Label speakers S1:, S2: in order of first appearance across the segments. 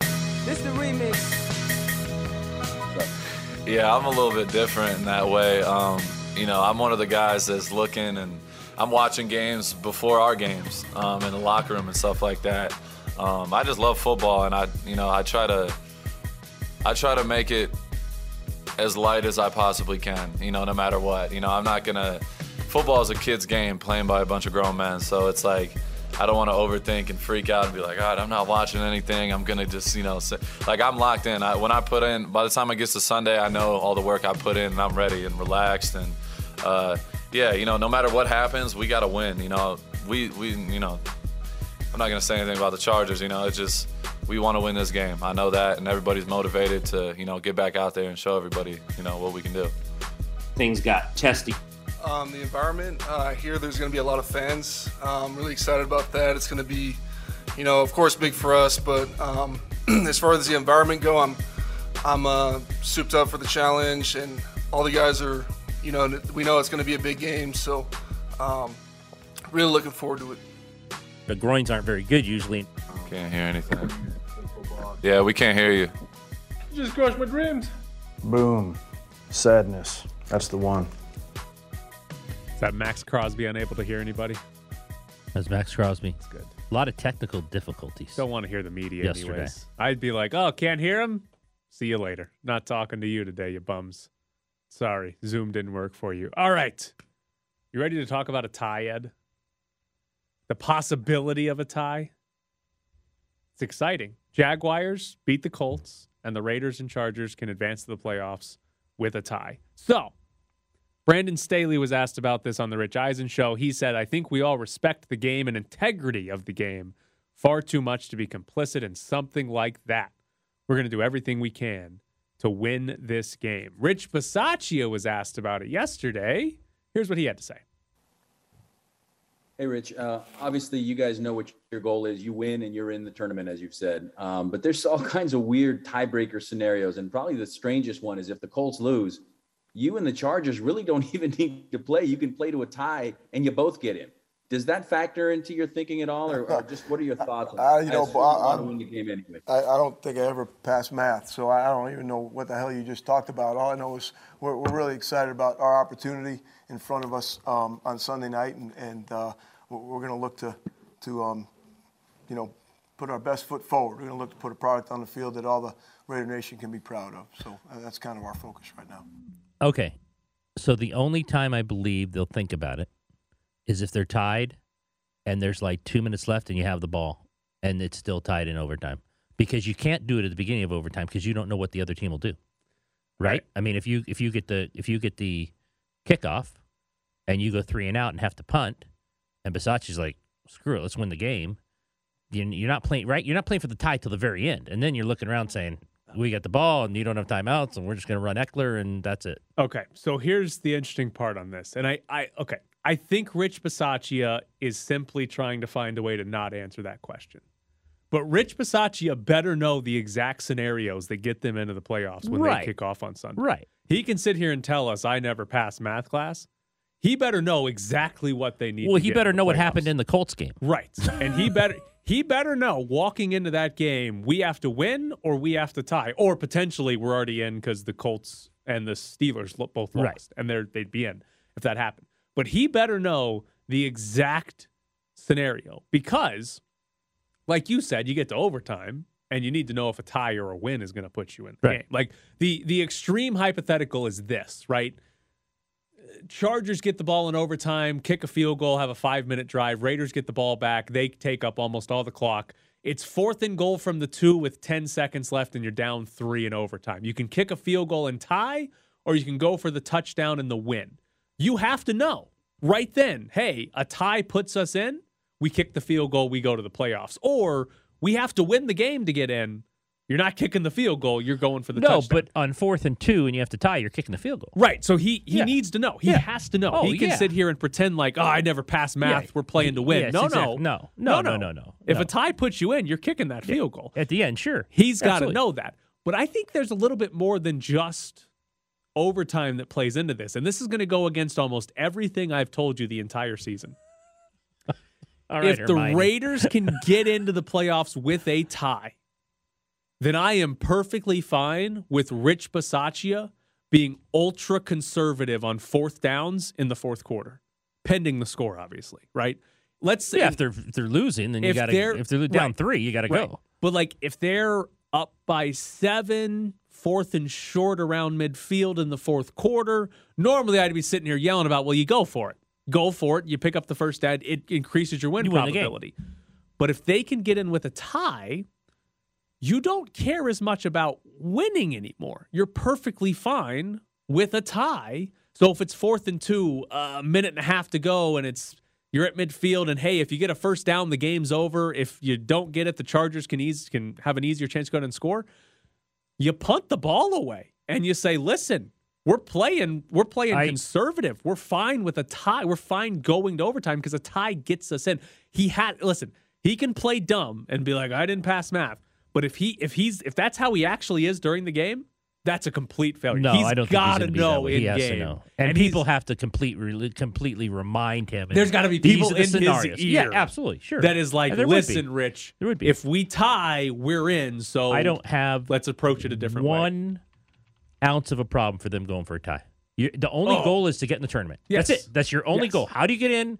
S1: This the remix.
S2: Yeah, I'm a little bit different in that way. Um, you know, I'm one of the guys that's looking and I'm watching games before our games um, in the locker room and stuff like that. Um, I just love football, and I, you know, I try to, I try to make it as light as I possibly can. You know, no matter what. You know, I'm not gonna. Football is a kid's game playing by a bunch of grown men, so it's like I don't want to overthink and freak out and be like, all right, I'm not watching anything. I'm gonna just, you know, sit. like I'm locked in. I, when I put in, by the time it gets to Sunday, I know all the work I put in, and I'm ready and relaxed and. Uh, yeah, you know, no matter what happens, we gotta win. You know, we we you know, I'm not gonna say anything about the Chargers. You know, it's just we want to win this game. I know that, and everybody's motivated to you know get back out there and show everybody you know what we can do.
S3: Things got testy.
S4: um, the environment. Uh, I hear there's going to be a lot of fans. Um, really excited about that. It's going to be, you know, of course, big for us, but um, as far as the environment go, I'm I'm uh, souped up for the challenge, and all the guys are, you know, we know it's going to be a big game, so um, really looking forward to it.
S5: The groins aren't very good usually.
S2: Can't hear anything. Yeah, we can't hear you.
S6: You just crushed my dreams.
S7: Boom. Sadness. That's the one.
S6: Is that Max Crosby unable to hear anybody?
S5: That's Max Crosby. That's
S6: good.
S5: A lot of technical difficulties.
S6: Don't want to hear the media
S5: Yesterday.
S6: anyways. I'd be like, oh, can't hear him? See you later. Not talking to you today, you bums. Sorry, Zoom didn't work for you. All right. You ready to talk about a tie, Ed? The possibility of a tie? It's exciting. Jaguars beat the Colts, and the Raiders and Chargers can advance to the playoffs with a tie. So, Brandon Staley was asked about this on the Rich Eisen show. He said, I think we all respect the game and integrity of the game far too much to be complicit in something like that. We're going to do everything we can to win this game. Rich Bisaccia was asked about it yesterday. Here's what he had to say.
S8: Hey, Rich. Uh, obviously, you guys know what your goal is. You win and you're in the tournament, as you've said. Um, but there's all kinds of weird tiebreaker scenarios. And probably the strangest one is if the Colts lose, you and the Chargers really don't even need to play. You can play to a tie and you both get in. Does that factor into your thinking at all? Or, or just what are your thoughts? on it?
S7: Uh, you know,
S8: assume
S7: but I-
S8: you want to
S7: I'm-
S8: win the game anyway.
S7: I, I don't think I ever passed math, so I I don't even know what the hell you just talked about. All I know is we're, we're really excited about our opportunity in front of us um, on Sunday night, and, and uh, we're, we're going to look to, to um, you know, put our best foot forward. We're going to look to put a product on the field that all the Raider Nation can be proud of. So uh, that's kind of our focus right now.
S5: Okay. So the only time I believe they'll think about it is if they're tied and there's like two minutes left and you have the ball and it's still tied in overtime because you can't do it at the beginning of overtime because you don't know what the other team will do. Right?
S6: Right.
S5: I mean, if you if you get the if you get the kickoff and you go three and out and have to punt and Bisacci's like, screw it, let's win the game. You- You're not playing right. You're not playing for the tie till the very end, and then you're looking around saying, "We got the ball, and you don't have timeouts, and we're just going to run Eckler, and that's it."
S6: Okay, so here's the interesting part on this, and I, I okay, I think Rich Bisaccia is simply trying to find a way to not answer that question. But Rich Bisaccia better know the exact scenarios that get them into the playoffs when
S5: Right.
S6: they kick off on Sunday.
S5: Right.
S6: He can sit here and tell us I never passed math class. He better know exactly what they need.
S5: Well,
S6: to
S5: he
S6: get
S5: better
S6: in the
S5: know what
S6: playoffs.
S5: happened in the Colts game.
S6: Right. And he better he better know walking into that game we have to win or we have to tie or potentially we're already in cuz the Colts and the Steelers lo- both lost
S5: Right.
S6: and they they'd be in if that happened. But he better know the exact scenario because like you said you get to overtime and you need to know if a tie or a win is going to put you in the
S5: Right.
S6: game. Like the the extreme hypothetical is this, right? Chargers get the ball in overtime, kick a field goal, have a five minute drive. Raiders get the ball back. They take up almost all the clock. It's fourth and goal from the two with 10 seconds left, and you're down three in overtime. You can kick a field goal and tie, or you can go for the touchdown and the win. You have to know right then hey, a tie puts us in. We kick the field goal, we go to the playoffs. Or we have to win the game to get in. You're not kicking the field goal, you're going for the
S5: no,
S6: touchdown.
S5: but on fourth and two, and you have to tie, you're kicking the field goal.
S6: Right. So he he
S5: Yeah.
S6: needs to know. He
S5: Yeah.
S6: has to know.
S5: Oh,
S6: he can
S5: yeah.
S6: sit here and pretend like, oh, I never passed math.
S5: Yeah.
S6: We're playing to win.
S5: Yes,
S6: no,
S5: exact-
S6: no,
S5: no. No, no, no, no,
S6: If
S5: no.
S6: a tie puts you in, you're kicking that field goal.
S5: At the end, sure.
S6: He's got to
S5: Absolutely.
S6: know that. But I think there's a little bit more than just overtime that plays into this. And this is going to go against almost everything I've told you the entire season.
S5: All right,
S6: if the
S5: Hermione.
S6: Raiders can get into the playoffs with a tie, then I am perfectly fine with Rich Bisaccia being ultra conservative on fourth downs in the fourth quarter, pending the score, obviously, right? Let's say
S5: Yeah, if they're if they're losing, then you
S6: if
S5: got
S6: they're-
S5: to. If they're down
S6: right.
S5: three, you got to go.
S6: But like if they're up by seven, fourth and short around midfield in the fourth quarter, normally I'd be sitting here yelling about, well, you go for it. Go for it. You pick up the first ad, it increases your win
S5: You win the game.
S6: probability. But if they can get in with a tie, you don't care as much about winning anymore. You're perfectly fine with a tie. So if it's fourth and two, a minute and a half to go, and it's you're at midfield, and hey, if you get a first down, the game's over. If you don't get it, the Chargers can ease can have an easier chance to go ahead and score. You punt the ball away, and you say, "Listen, we're playing, we're playing
S5: I-
S6: conservative. We're fine with a tie. We're fine going to overtime because a tie gets us in." He had listen. He can play dumb and be like, "I didn't pass math," but if he if he's if that's how he actually is during the game, that's a complete failure.
S5: No,
S6: Oh, He's
S5: I don't.
S6: gotta
S5: think he's gonna be that
S6: know
S5: way.
S6: in
S5: he has
S6: game,
S5: to know, and,
S6: he's-
S5: people have to complete, re- completely remind him. and
S6: There's gotta be
S5: these
S6: people
S5: are the
S6: in his
S5: scenarios. Yeah,
S6: ear
S5: absolutely, sure.
S6: that is like,
S5: And there would be.
S6: listen, Rich,
S5: There would be.
S6: if we tie, we're in. So
S5: I don't have
S6: Let's approach it a different way.
S5: one ounce of a problem for them going for a tie. You, the only
S6: Oh.
S5: goal is to get in the tournament.
S6: Yes.
S5: That's it. That's your only
S6: Yes.
S5: goal. How do you get in?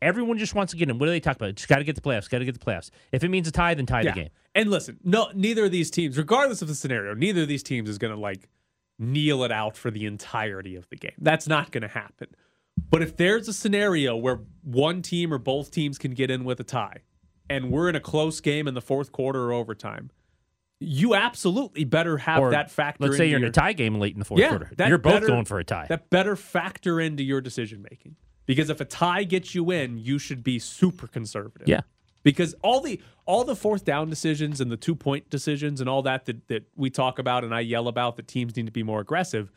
S5: Everyone just wants to get in. What do they talk about? Just got to get the playoffs. Got to get the playoffs. If it means a tie, then tie the game.
S6: And listen, no, neither of these teams, regardless of the scenario, neither of these teams is going to like kneel it out for the entirety of the game. That's not going to happen. But if there's a scenario where one team or both teams can get in with a tie, and we're in a close game in the fourth quarter or overtime, you absolutely better have
S5: Or
S6: that factor.
S5: Let's say
S6: into
S5: you're in
S6: your-
S5: a tie game late in the fourth quarter.
S6: that
S5: You're both
S6: better-
S5: going for a tie.
S6: That better factor into your decision making because if a tie gets you in, you should be super conservative.
S5: Yeah.
S6: Because all the all the fourth down decisions and the two point decisions and all that, that that we talk about and I yell about that teams need to be more aggressive.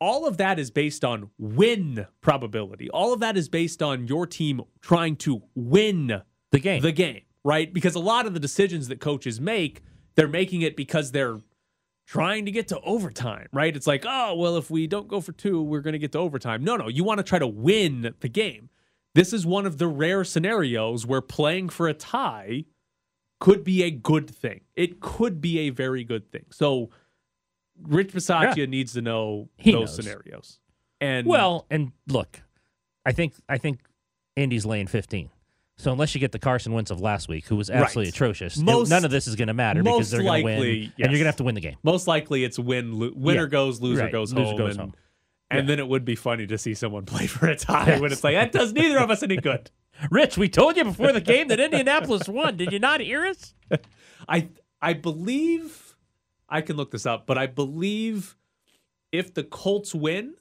S6: All of that is based on win probability. All of that is based on your team trying to win
S5: the game.
S6: the game, right? Because a lot of the decisions that coaches make, they're making it because they're trying to get to overtime, right? It's like, oh, well, if we don't go for two, we're going to get to overtime. No, no, you want to try to win the game. This is one of the rare scenarios where playing for a tie could be a good thing. It could be a very good thing. So Rich Bisaccia
S5: Yeah.
S6: needs to know
S5: He knows.
S6: those scenarios. And
S5: Well, and look, I think I think Indy's laying 15. So unless you get the Carson Wentz of last week, who was absolutely
S6: Right.
S5: atrocious, it-
S6: Most-
S5: none of this is going to matter because
S6: most
S5: they're going to win,
S6: likely,
S5: and you're
S6: yes.
S5: going to have to win the game.
S6: most likely it's win lo- winner
S5: Yeah.
S6: goes loser
S5: Right.
S6: goes
S5: Loser
S6: home
S5: goes
S6: and,
S5: home.
S6: and then it would be funny to see someone play for a tie when it's like that does neither of us any good
S5: Rich, we told you before the game that Indianapolis won. Did you not hear us?
S6: i i believe i can look this up but i believe if the colts win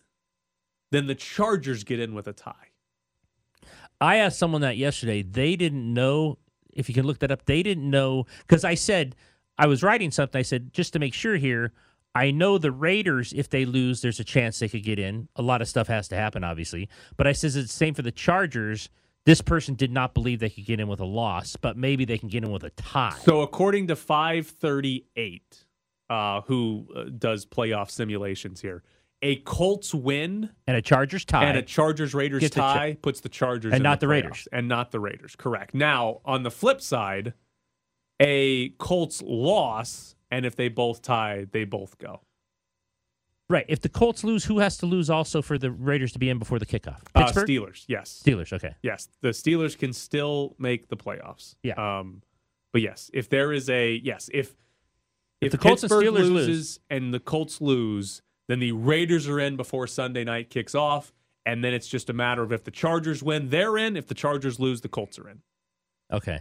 S6: then the chargers get in with a tie
S5: I asked someone that yesterday. They didn't know if you can look that up. They didn't know because I said I was writing something. I said just to make sure here. I know the Raiders. If they lose, there's a chance they could get in. A lot of stuff has to happen, obviously. But I says it's the same for the Chargers. This person did not believe they could get in with a loss, but maybe they can get in with a tie.
S6: So according to 538, uh, who uh, does playoff simulations here, a Colts win
S5: and a Chargers tie.
S6: and a Chargers Raiders
S5: Get the Char-
S6: tie puts the Chargers
S5: And
S6: in
S5: not the
S6: playoffs.
S5: Raiders.
S6: and not the Raiders. Correct. Now on the flip side, a Colts loss, and if they both tie, they both go.
S5: right. If the Colts lose, who has to lose also for the Raiders to be in before the kickoff?
S6: Uh,
S5: Pittsburgh?
S6: Steelers, yes,
S5: Steelers. Okay.
S6: yes. The Steelers can still make the playoffs.
S5: Yeah.
S6: Um, but yes, if there is a yes, if
S5: If the Colts and
S6: Pittsburgh
S5: Steelers lose-
S6: loses and the Colts lose, then the Raiders are in before Sunday night kicks off, and then it's just a matter of if the Chargers win, they're in. If the Chargers lose, the Colts are in.
S5: Okay.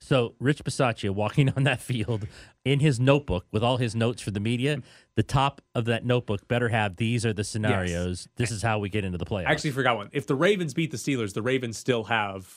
S5: So Rich Bisaccia walking on that field in his notebook with all his notes for the media, the top of that notebook better have these are the scenarios. This is how we get into the playoffs.
S6: I actually forgot one. If the Ravens beat the Steelers, the Ravens still have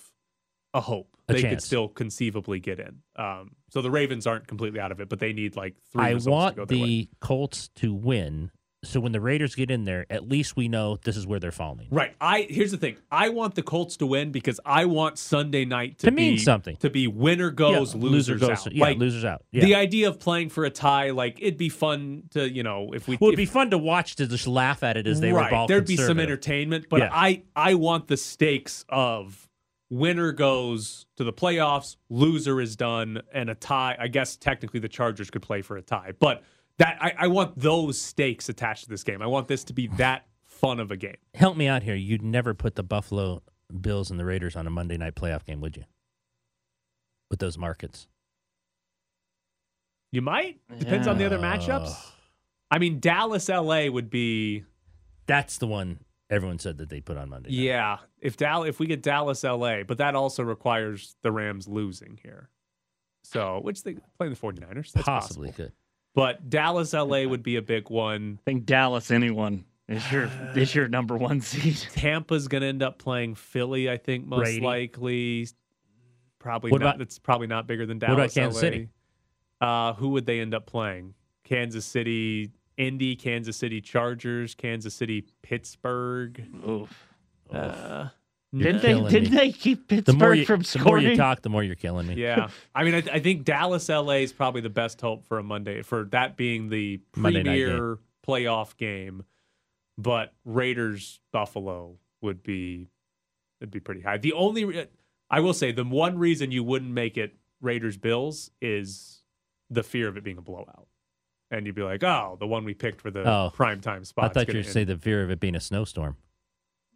S6: a hope.
S5: A
S6: they could
S5: chance.
S6: still conceivably get in. Um, so the Ravens aren't completely out of it, but they need like three.
S5: I
S6: results
S5: want
S6: to go their
S5: the
S6: way.
S5: Colts to win. So when the Raiders get in there, at least we know this is where they're falling.
S6: right. I here's the thing. I want the Colts to win because I want Sunday night to,
S5: To
S6: be,
S5: mean something.
S6: To be winner goes,
S5: Yeah,
S6: losers
S5: goes,
S6: out.
S5: Yeah,
S6: like
S5: losers out. Yeah.
S6: the idea of playing for a tie, like it'd be fun to you know if we
S5: well, it'd
S6: if-
S5: be fun to watch to just laugh at it as they
S6: right.
S5: were all
S6: There'd be some
S5: conservative.
S6: entertainment, but
S5: Yeah.
S6: I I want the stakes of winner goes to the playoffs, loser is done, and a tie. I guess technically the Chargers could play for a tie, but that I, I want those stakes attached to this game. I want this to be that fun of a game.
S5: Help me out here. You'd never put the Buffalo Bills and the Raiders on a Monday night playoff game, would you? With those markets.
S6: You might depends on the other matchups.
S5: Oh.
S6: I mean, Dallas, LA would be
S5: That's the one everyone said that they put on Monday. night.
S6: yeah. If Dal if we get Dallas, LA, but that also requires the Rams losing here. So which they playing the 49ers? That's possible.
S5: possibly could.
S6: But Dallas, LA would be a big one.
S1: think Dallas, anyone, is your is your number one seed.
S6: Tampa's going to end up playing Philly, I think, most
S5: Brady.
S6: likely. Probably
S5: What
S6: not.
S5: about-
S6: that's probably not bigger than
S5: What about
S6: Dallas.
S5: Kansas
S6: LA.
S5: City?
S6: Uh, who would they end up playing? Kansas City, Indy, Kansas City Chargers, Kansas City, Pittsburgh.
S1: Oof.
S6: Uh,
S1: Didn't
S5: Killing
S1: they? Didn't
S5: me.
S1: they keep
S5: The more,
S1: Pittsburgh
S5: you,
S1: from
S5: the more
S1: scoring?
S5: you talk, the more you're killing me.
S6: yeah. I mean, I, I think Dallas, LA is probably the best hope for a Monday, for that being the
S5: Monday night game.
S6: premier playoff game. But Raiders, Buffalo would be, it'd be pretty high. The only, re- I will say, the one reason you wouldn't make it Raiders, Bills is the fear of it being a blowout. And you'd be like, oh, the one we picked for the
S5: Oh.
S6: prime primetime spot.
S5: I thought you were say the fear of it being a snowstorm.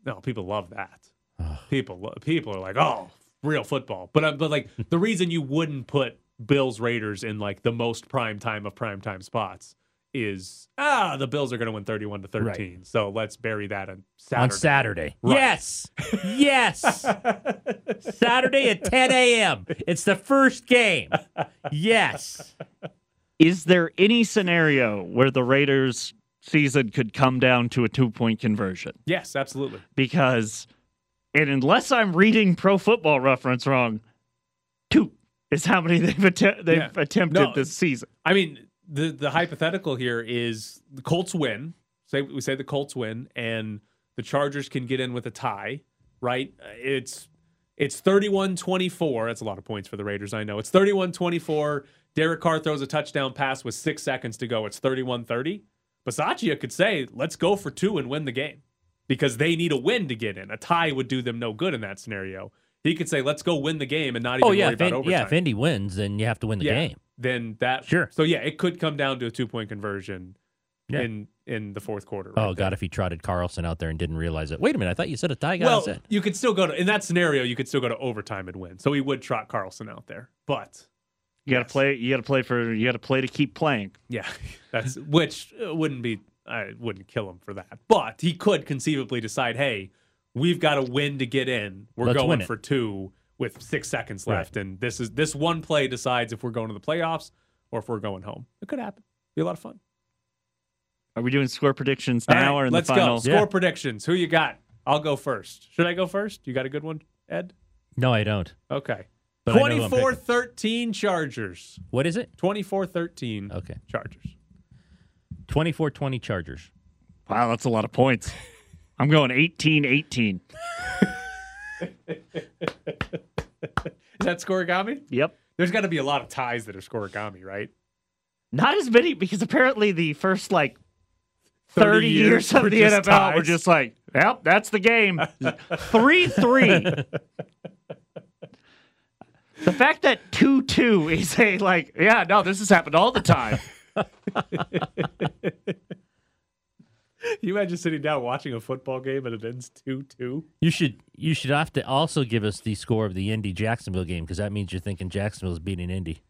S6: No, people love that. people lo- people are like, oh, real football. But uh, but like the reason you wouldn't put Bills Raiders in like the most prime time of prime time spots is ah the Bills are going to win thirty one to thirteen. So let's bury that on Saturday.
S5: On Saturday.
S6: Right.
S5: Yes. Yes. Saturday at 10 a.m. It's the first game. Yes.
S1: Is there any scenario where the Raiders season could come down to a two point conversion?
S6: Yes, absolutely.
S1: Because, and unless I'm reading Pro Football Reference wrong, two is how many they've atte- they've
S6: Yeah.
S1: attempted
S6: No,
S1: this season.
S6: I mean the the hypothetical here is the Colts win. Say we say the Colts win and the Chargers can get in with a tie, right? It's It's 31 24. That's a lot of points for the Raiders, I know. It's 31 24. Derek Carr throws a touchdown pass with six seconds to go. It's 31 30. Basaccia could say, let's go for two and win the game because they need a win to get in. A tie would do them no good in that scenario. He could say, let's go win the game and not even
S5: Oh, yeah.
S6: worry
S5: If
S6: about
S5: In-
S6: overtime.
S5: yeah. If Indy wins, then you have to win the
S6: Yeah.
S5: game.
S6: Then that.
S5: Sure.
S6: So, yeah, it could come down to a two point conversion
S5: Yeah.
S6: in in the fourth quarter. right
S5: Oh,
S6: there.
S5: God. If he trotted Carlson out there and didn't realize it. Wait a minute. I thought you said a tie guy
S6: Well,
S5: was in.
S6: you could still go to in that scenario. You could still go to overtime and win. So he would trot Carlson out there, but
S1: You got to play. You got to play for. You got to play to keep playing.
S6: Yeah, that's which uh, wouldn't be I wouldn't kill him for that, but he could conceivably decide, hey, we've got to win to get in. We're
S5: Let's win
S6: going
S5: it."
S6: for two with six seconds
S5: Right.
S6: left, and this is this one play decides if we're going to the playoffs or if we're going home. It could happen. Be a lot of fun.
S1: Are we doing score predictions
S6: All
S1: now
S6: right,
S1: or in
S6: let's
S1: the final?
S6: go. Score predictions. Who you got? I'll go first. Should I go first? You got a good one, Ed?
S5: No, I don't.
S6: Okay.
S5: But I know who I'm picking.
S6: 24 13 Chargers.
S5: What is it?
S6: 24 13
S5: Okay.
S6: Chargers.
S5: 24 20 Chargers.
S1: Wow, that's a lot of points. I'm going 18-18.
S6: Is that scoregami?
S1: Yep.
S6: There's got to be a lot of ties that are scorigami, right?
S1: Not as many because apparently the first like 30,
S6: 30 years
S1: years, of
S6: were
S1: the
S6: just
S1: NFL were
S6: ties.
S1: just like, yep, that's the game. 3 3. The fact that 2 2 is a like, yeah, no, this has happened all the time.
S6: you imagine sitting down watching a football game and it ends 2 2?
S5: You should you should have to also give us the score of the Indy Jacksonville game because that means you're thinking Jacksonville's beating Indy.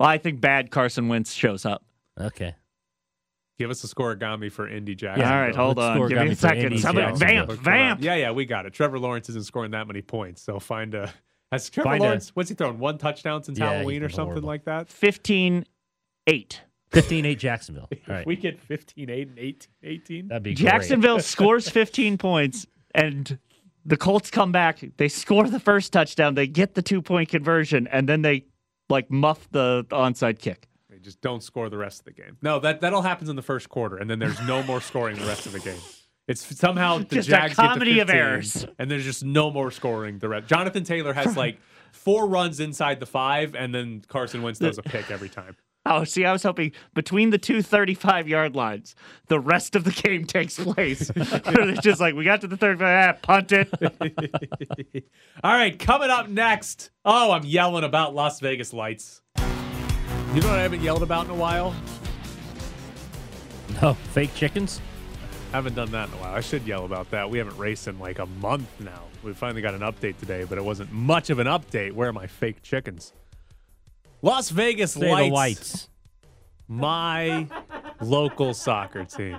S1: Well, I think bad Carson Wentz shows up.
S5: Okay.
S6: Give us a scorigami for Indy
S5: Yeah,
S6: Jacksonville.
S1: all right, hold
S5: let's
S1: on. Give
S5: scorigami
S1: me
S5: for
S1: a second.
S5: Indy
S1: Somebody
S5: Jacksonville.
S1: vamp, vamp.
S6: Yeah, yeah, we got it. Trevor Lawrence isn't scoring that many points, so find a. Has Trevor
S5: Find a-
S6: Lawrence, what's he thrown? One touchdown since
S5: Yeah, he's
S6: Halloween or
S5: been
S6: something
S5: horrible.
S6: like that?
S1: 15 8.
S5: 15 8 Jacksonville. All
S6: If
S5: right.
S6: we get 15 8 and 18 18.
S5: That'd be great.
S1: Jacksonville scores 15 points and the Colts come back. They score the first touchdown. They get the two point conversion and then they like muff the onside kick.
S6: They just don't score the rest of the game. No, that, that all happens in the first quarter, and then there's no more scoring the rest of the game. It's somehow the
S1: Just a
S6: Jags
S1: comedy
S6: get to 15,
S1: of errors.
S6: and there's just no more scoring. The rest. Jonathan Taylor has like four runs inside the five, and then Carson Wentz does a pick every time.
S1: Oh, see, I was hoping between the two 35 yard lines, the rest of the game takes place. Where it's just like, we got to the 35, ah, punt it.
S6: All right, coming up next. Oh, I'm yelling about Las Vegas lights. You know what I haven't yelled about in a while?
S5: No, Oh, fake chickens.
S6: Haven't done that in a while. I should yell about that. We haven't raced in like a month now. We finally got an update today, but it wasn't much of an update. Where are my fake chickens? Las Vegas
S5: Say
S6: lights.
S5: the lights.
S6: My local soccer team.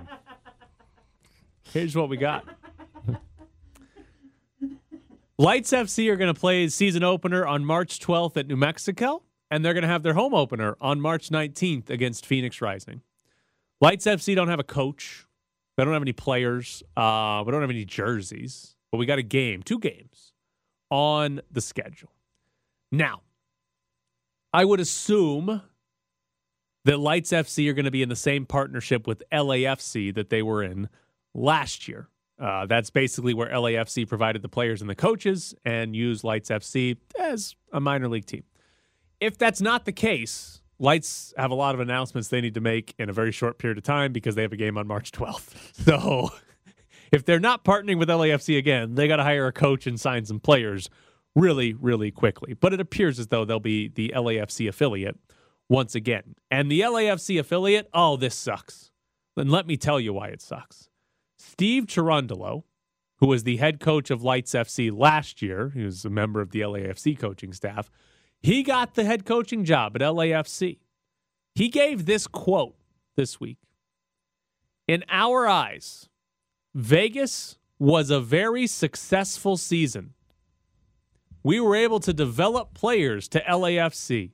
S6: Here's what we got. Lights FC are going to play season opener on March 12th at New Mexico, and they're going to have their home opener on March 19th against Phoenix Rising. Lights FC don't have a coach. They don't have any players. Uh, we don't have any jerseys. But we got a game, two games on the schedule. Now, I would assume that Lights FC are going to be in the same partnership with LAFC that they were in last year. Uh, that's basically where LAFC provided the players and the coaches and used Lights FC as a minor league team. If that's not the case, Lights have a lot of announcements they need to make in a very short period of time because they have a game on March 12th. So if they're not partnering with LAFC again, they got to hire a coach and sign some players really, really quickly. But it appears as though they'll be the LAFC affiliate once again. And the LAFC affiliate, oh, this sucks. And let me tell you why it sucks. Steve Cherundolo, who was the head coach of Lights FC last year, he was a member of the LAFC coaching staff, he got the head coaching job at LAFC. He gave this quote this week In our eyes, Vegas was a very successful season. We were able to develop players to LAFC.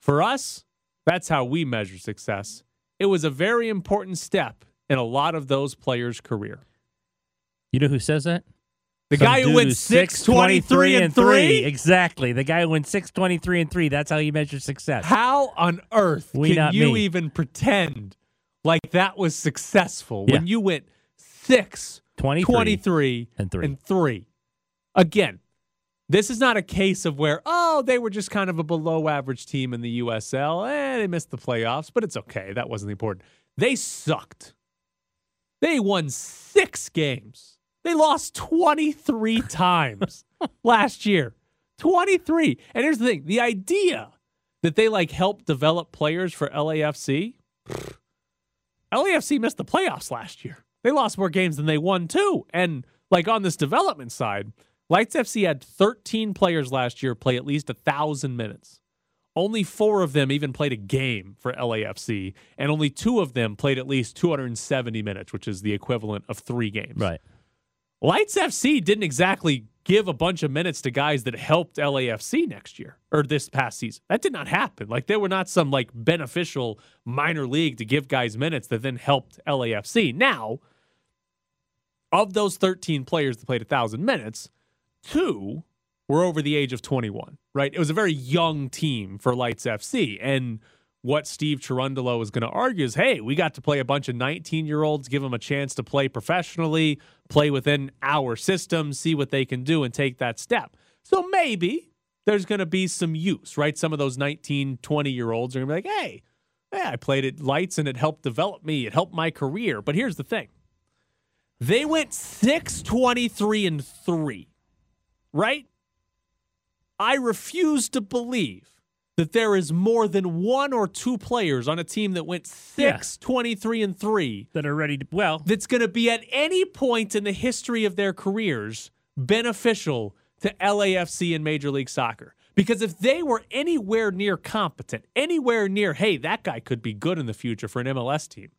S6: For us, that's how we measure success. It was a very important step in a lot of those players' career.
S5: You know who says that?
S6: The
S5: Some
S6: guy who
S5: dude
S6: went
S5: who's
S6: 6 23 and 3.
S5: Exactly. The guy who went 6 23 and 3. That's how you measure success.
S6: How on earth
S5: We,
S6: can
S5: not
S6: you
S5: me.
S6: even pretend like that was successful when
S5: Yeah.
S6: you went 6
S5: 23.
S6: 23
S5: and three.
S6: and 3 again this is not a case of where oh they were just kind of a below average team in the usl and eh, they missed the playoffs but it's okay that wasn't important they sucked they won six games they lost 23 times last year 23 and here's the thing the idea that they like help develop players for lafc pfft, LAFC missed the playoffs last year. They lost more games than they won too. And like on this development side, Lights FC had 13 players last year play at least a thousand minutes. Only four of them even played a game for LAFC, and only two of them played at least 270 minutes, which is the equivalent of three games.
S5: Right.
S6: Lights FC didn't exactly give a bunch of minutes to guys that helped LAFC next year or this past season. That did not happen. Like they were not some like beneficial minor league to give guys minutes that then helped LAFC. Now, of those 13 players that played 1,000 minutes, two were over the age of 21, right? It was a very young team for Lights FC. And what Steve Cherundolo is going to argue is hey, we got to play a bunch of 19 year olds, give them a chance to play professionally, play within our system, see what they can do, and take that step. So maybe there's going to be some use, right? Some of those 19, 20 year olds are going to be like, hey, yeah, I played at Lights and it helped develop me, it helped my career. But here's the thing. They went 6 23 and 3, right? I refuse to believe that there is more than one or two players on a team that went 6 23 and 3
S5: That are ready to. Well,
S6: that's going to be at any point in the history of their careers beneficial to LAFC and Major League Soccer. Because if they were anywhere near competent, anywhere near, hey, that guy could be good in the future for an MLS team,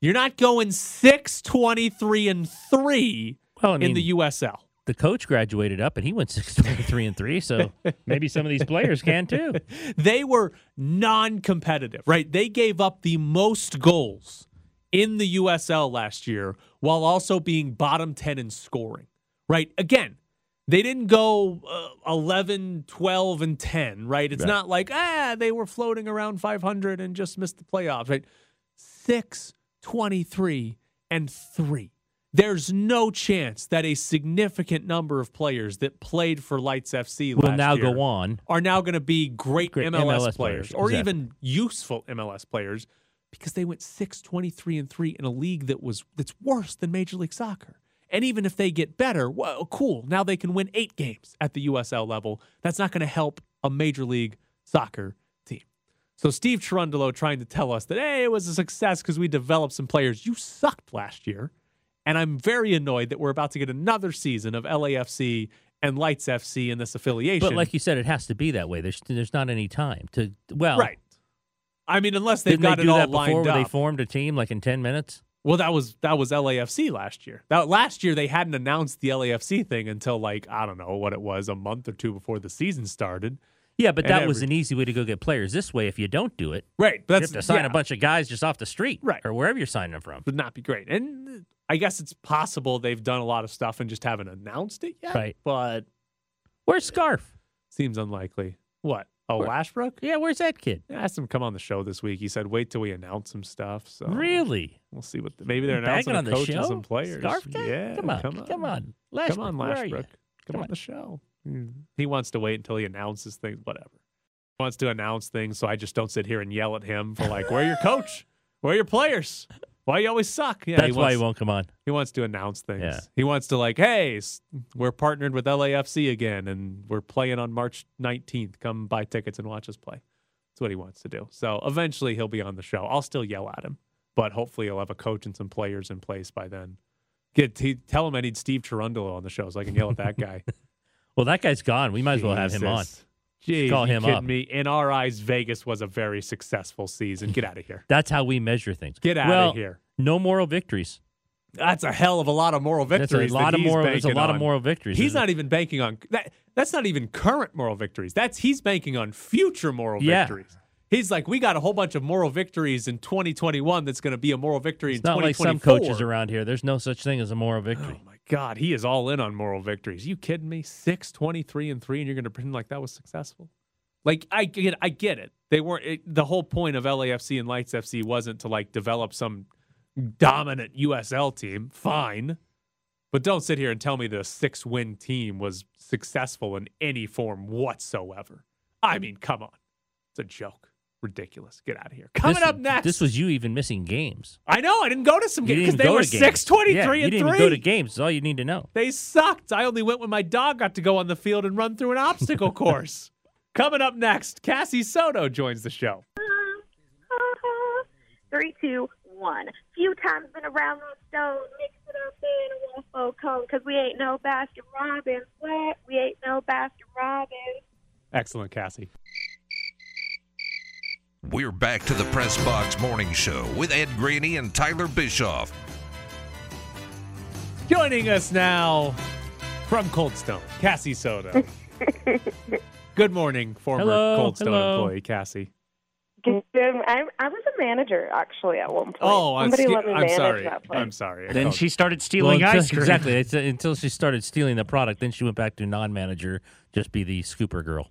S6: you're not going 6 23 and 3
S5: well I
S6: in
S5: mean,
S6: the USL.
S5: the coach graduated up and he went 6 23 and 3. So maybe some of these players can too.
S6: they were non-competitive, right? They gave up the most goals in the USL last year while also being bottom 10 in scoring. Right? Again, they didn't go uh, 11, 12 and 10, right? It's not like, ah, they were floating around 500 and just missed the playoffs, right? 6, 23 and 3. There's no chance that a significant number of players that played for Lights FC
S5: will
S6: last
S5: now
S6: year
S5: go on.
S6: are now going to be great,
S5: Great
S6: MLS,
S5: MLS
S6: players
S5: players,
S6: or
S5: exactly.
S6: even useful MLS players because they went 6 23 and 3 in a league that was that's worse than Major League Soccer. And even if they get better, well, cool. Now they can win 8 games at the USL level. That's not going to help a Major League Soccer team. So Steve Cherundolo trying to tell us that hey, it was a success because we developed some players. You sucked last year, and I'm very annoyed that we're about to get another season of LAFC and Lights FC in this affiliation.
S5: But like you said, it has to be that way. There's there's not any time to well.
S6: right? I mean, unless they've
S5: Didn't
S6: got
S5: they
S6: it
S5: do
S6: all
S5: that before?
S6: lined
S5: Where
S6: up.
S5: they formed a team like in ten minutes.
S6: Well, that was that was LAFC last year. That last year they hadn't announced the LAFC thing until like I don't know what it was a month or two before the season started.
S5: Yeah, but
S6: And
S5: that was
S6: every-
S5: an easy way to go get players. This way, if you don't do it,
S6: Right, but
S5: you
S6: that's
S5: have to sign
S6: yeah.
S5: a bunch of guys just off the street,
S6: Right.
S5: or wherever you're signing them from.
S6: would not be great. And I guess it's possible they've done a lot of stuff and just haven't announced it yet.
S5: Right.
S6: But
S5: Where's Scarf?
S6: seems unlikely. What? Oh,
S5: Where-
S6: Lashbrook?
S5: Yeah, where's that kid?
S6: I asked him to come on the show this week. He said, "Wait till we announce some stuff." So
S5: Really?
S6: we'll see what. maybe they're
S5: You
S6: Oh. announcing
S5: bagging
S6: a
S5: on the
S6: coach and
S5: show?
S6: some players.
S5: Scarf guy?
S6: Yeah,
S5: Come on,
S6: come on,
S5: come on,
S6: come on,
S5: where are you?
S6: Lashbrook. Come,
S5: Come
S6: on
S5: on.
S6: the show. He wants to wait until he announces things, whatever. He wants to announce things, so I just don't sit here and yell at him for like, where are your coach? Where are your players? Why you always suck? Yeah,
S5: That's
S6: he
S5: why
S6: wants,
S5: he won't come on.
S6: he wants to announce things.
S5: Yeah.
S6: He wants to like, hey, s- we're partnered with LAFC again, and we're playing on March 19th. Come buy tickets and watch us play. That's what he wants to do. So eventually he'll be on the show. I'll still yell at him, but hopefully he'll have a coach and some players in place by then. Get he, tell him I need Steve Cherundolo on the show so I can yell at that guy.
S5: Well, that guy's gone. We might as well have him on.
S6: Jesus. Jeez,
S5: Call
S6: you
S5: him
S6: kidding
S5: up.
S6: me? In our eyes, Vegas was a very successful season. Get out of here.
S5: That's how we measure things.
S6: Get out
S5: Well,
S6: of here.
S5: No moral victories.
S6: That's a hell of a lot of moral victories.
S5: That's a lot
S6: that
S5: of
S6: he's
S5: moral. It's a
S6: banking
S5: lot
S6: on.
S5: of moral victories.
S6: He's
S5: isn't it?
S6: not even banking on that. That's not even current moral victories. That's he's banking on future moral
S5: Yeah.
S6: victories. He's like, we got a whole bunch of moral victories in 2021. That's going to be a moral victory
S5: It's
S6: in
S5: not like some
S6: 2024.
S5: coaches around here. There's no such thing as a moral victory.
S6: Oh my God, he is all in on moral victories. You kidding me? Six, 23, and three, and you're going to pretend like that was successful? Like I get, I get it. They weren't. It, the whole point of LAFC and Lights FC wasn't to like develop some dominant USL team. Fine, but don't sit here and tell me the six-win team was successful in any form whatsoever. I mean, come on, it's a joke. Ridiculous. Get out of here. Coming
S5: This-
S6: up next,
S5: This was you even missing games.
S6: I know I didn't go to some
S5: You didn't
S6: games because
S5: even
S6: they
S5: go
S6: were
S5: to games.
S6: six twenty-three
S5: Yeah,
S6: and
S5: you didn't
S6: three.
S5: even go to games. Is all you need to know.
S6: They sucked. I only went when my dog got to go on the field and run through an obstacle course. Coming up next, Cassie Soto joins the show.
S9: Three, two, one. Few times been around on stone, mix it up in a waffle cone, cause we ain't no Baskin Robbins. What? We ain't no Baskin Robbins.
S6: Excellent, Cassie.
S10: We're back to the Press Box Morning Show with Ed Graney and Tyler Bischoff.
S6: Joining us now from Coldstone, Cassie Soto. Good morning, former
S5: Hello,
S6: Coldstone
S5: hello.
S6: employee, Cassie.
S9: Um, I, I was a manager actually at one point.
S6: Oh, I'm,
S9: Somebody
S6: sca-
S9: let me
S6: I'm
S9: manage
S6: sorry.
S9: that place.
S5: Um,
S6: I'm sorry. I
S1: Then
S6: called-
S1: she started stealing
S5: Well, until-
S1: ice cream.
S5: Exactly. It's, uh, until she started stealing the product, then she went back to non-manager, just be the scooper girl.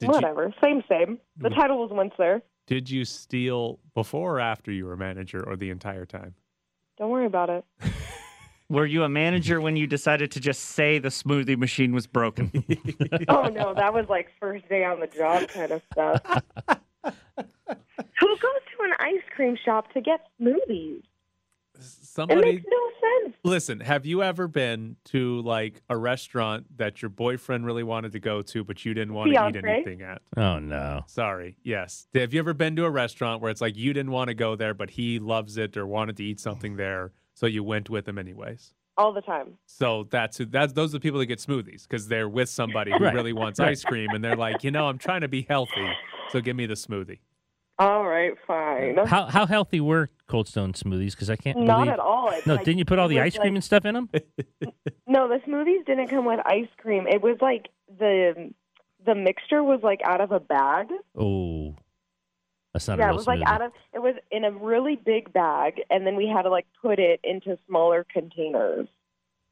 S6: did, you,
S9: Whatever. Same, same.
S5: Mm.
S9: The title was once there.
S6: did you steal before or after you were manager or the entire time?
S9: Don't worry about it.
S1: Were you a manager when you decided to just say the smoothie machine was broken?
S9: oh no, that was like first day on the job kind of stuff. Who goes to an ice cream shop to get smoothies? It
S6: Somebody
S9: makes no sense.
S6: Listen, have you ever been to like a restaurant that your boyfriend really wanted to go to, but you didn't want to eat
S9: Fiancé?
S6: anything at?
S5: Oh no.
S6: Sorry. Yes. Have you ever been to a restaurant where it's like you didn't want to go there, but he loves it or wanted to eat something there, so you went with him anyways?
S9: All the time.
S6: So that's who, that's those are the people that get smoothies because they're with somebody who
S5: Right.
S6: really wants ice cream and they're like, you know, I'm trying to be healthy, so give me the smoothie.
S9: All right, fine.
S5: How how healthy were Cold Stone smoothies? Because I can't
S9: Not
S5: believe.
S9: at all. It's
S5: No,
S9: like-
S5: didn't you put all
S9: it
S5: the
S9: was
S5: ice cream
S9: like-
S5: and stuff in them?
S9: No, the smoothies didn't come with ice cream. It was like the the mixture was like out of a bag.
S5: Oh, that's not a
S9: yeah,
S5: real
S9: it was
S5: smoothie.
S9: like out of it was in a really big bag, and then we had to like put it into smaller containers.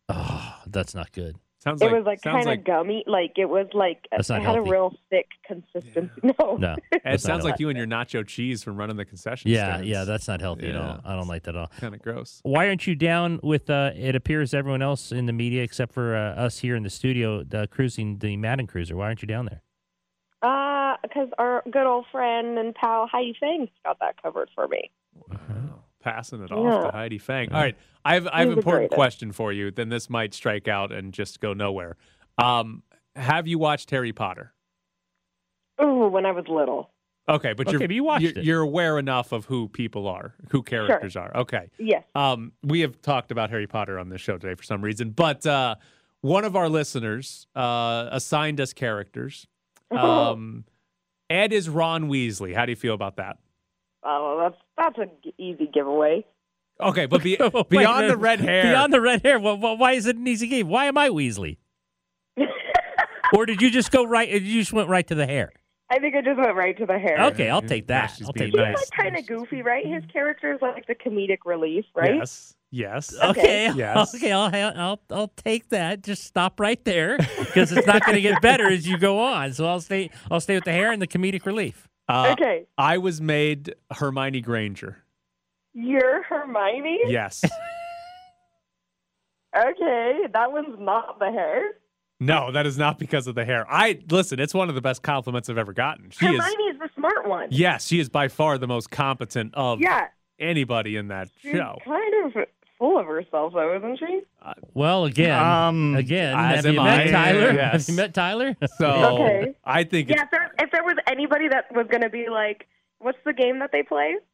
S5: oh, that's not good.
S6: Sounds
S11: it
S6: like
S11: was like
S6: sounds
S11: kind
S6: like
S11: of gummy. Like it was like it
S6: That's
S11: had
S6: not
S11: a
S6: healthy.
S11: real thick consistency. No.
S5: No.
S6: It
S5: that's not
S6: sounds like
S5: healthy.
S6: you and your nacho cheese from running the concession
S5: Yeah,
S6: stands.
S5: yeah, that's not healthy at all.
S6: Yeah.
S5: I don't like that at all.
S6: Kind of gross.
S5: Why aren't you down with? Uh, it appears everyone else in the media, except for uh, us here in the studio, the cruising the Madden Cruiser. Why aren't you down there?
S11: Uh, because our good old friend and pal Heidi Fang got that covered for me.
S6: Passing it off
S11: Yeah.
S6: to Heidi Fang. All right, I have I have
S11: He's
S6: an
S11: the
S6: important
S11: greatest.
S6: question for you. Then this might strike out and just go nowhere. Um, have you watched Harry Potter?
S11: Ooh, when I was little.
S6: Okay, but you're
S5: Okay, but you watched
S6: you're,
S5: it.
S6: you're aware enough of who people are, who characters are. Okay.
S11: Yes.
S6: Um, we have talked about Harry Potter on this show today for some reason, but uh, one of our listeners uh, assigned us characters. Um, Ed is Ron Weasley. How do you feel about that?
S11: Oh, that's that's an easy giveaway.
S6: Okay, but be,
S5: Wait,
S6: beyond
S5: no,
S6: the red hair,
S5: Beyond the red hair. Well, well, why is it an easy game? Why am I Weasley? or did you just go right? You just went right to the hair.
S11: I think I just went right to the hair.
S5: Okay, I'll take
S6: Yeah,
S5: that.
S6: she's
S5: I'll
S6: being
S5: take that.
S6: nice.
S11: He's like kind of goofy, right? His character is like the comedic relief, right?
S6: yes, yes.
S5: Okay.
S6: Yes.
S5: Okay. I'll, ha- I'll I'll take that. Just stop right there because it's not going to get better as you go on. So I'll stay. I'll stay with the hair and the comedic relief.
S6: Uh,
S11: okay,
S6: I was made Hermione Granger.
S11: you're Hermione.
S6: Yes.
S11: Okay, that one's not the hair.
S6: No, that is not because of the hair. I listen. It's one of the best compliments I've ever gotten. She is.
S11: Hermione is the smart one.
S6: Yes, she is by far the most competent of
S11: Yeah,
S6: anybody in that
S11: she's
S6: show.
S11: kind of full of herself, though, isn't she?
S5: Well, again,
S1: Um,
S5: again.
S6: as
S5: Have you
S6: am
S5: met
S6: I.
S5: Tyler?
S6: Yes.
S5: Have you met Tyler?
S6: So
S11: Okay.
S6: I think
S11: Yeah, if there, if there was anybody that was going to be like, what's the game that they play?
S6: it's,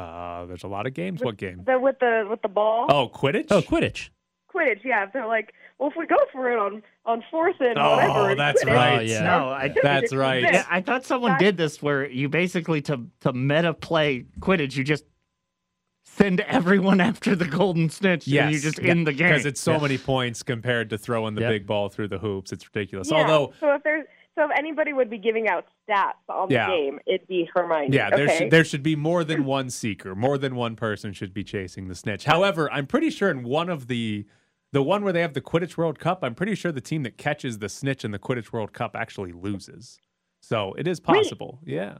S6: uh, there's a lot of games. What game?
S11: The with the with the ball?
S6: Oh, Quidditch.
S5: Oh, Quidditch.
S11: Quidditch. Yeah, if they're like, well, if we go for it on on fourth and
S6: Oh,
S11: whatever, it's
S6: that's
S11: Quidditch.
S6: right.
S5: Oh, yeah.
S1: No, I,
S6: That's right.
S1: yeah, I thought someone did this where you basically to to meta play Quidditch, you just send everyone after the golden snitch, and you just in the game.
S6: because it's so many points compared to throwing the
S5: Yeah.
S6: big ball through the hoops. It's ridiculous.
S11: Yeah,
S6: Although,
S11: so if there's so if anybody would be giving out stats on
S6: Yeah.
S11: the game, it'd be Hermione.
S6: yeah, there
S11: okay?
S6: should there should be more than one seeker. More than one person should be chasing the snitch. However, I'm pretty sure in one of the the one where they have the Quidditch World Cup, I'm pretty sure the team that catches the snitch in the Quidditch World Cup actually loses. So it is possible. Yeah.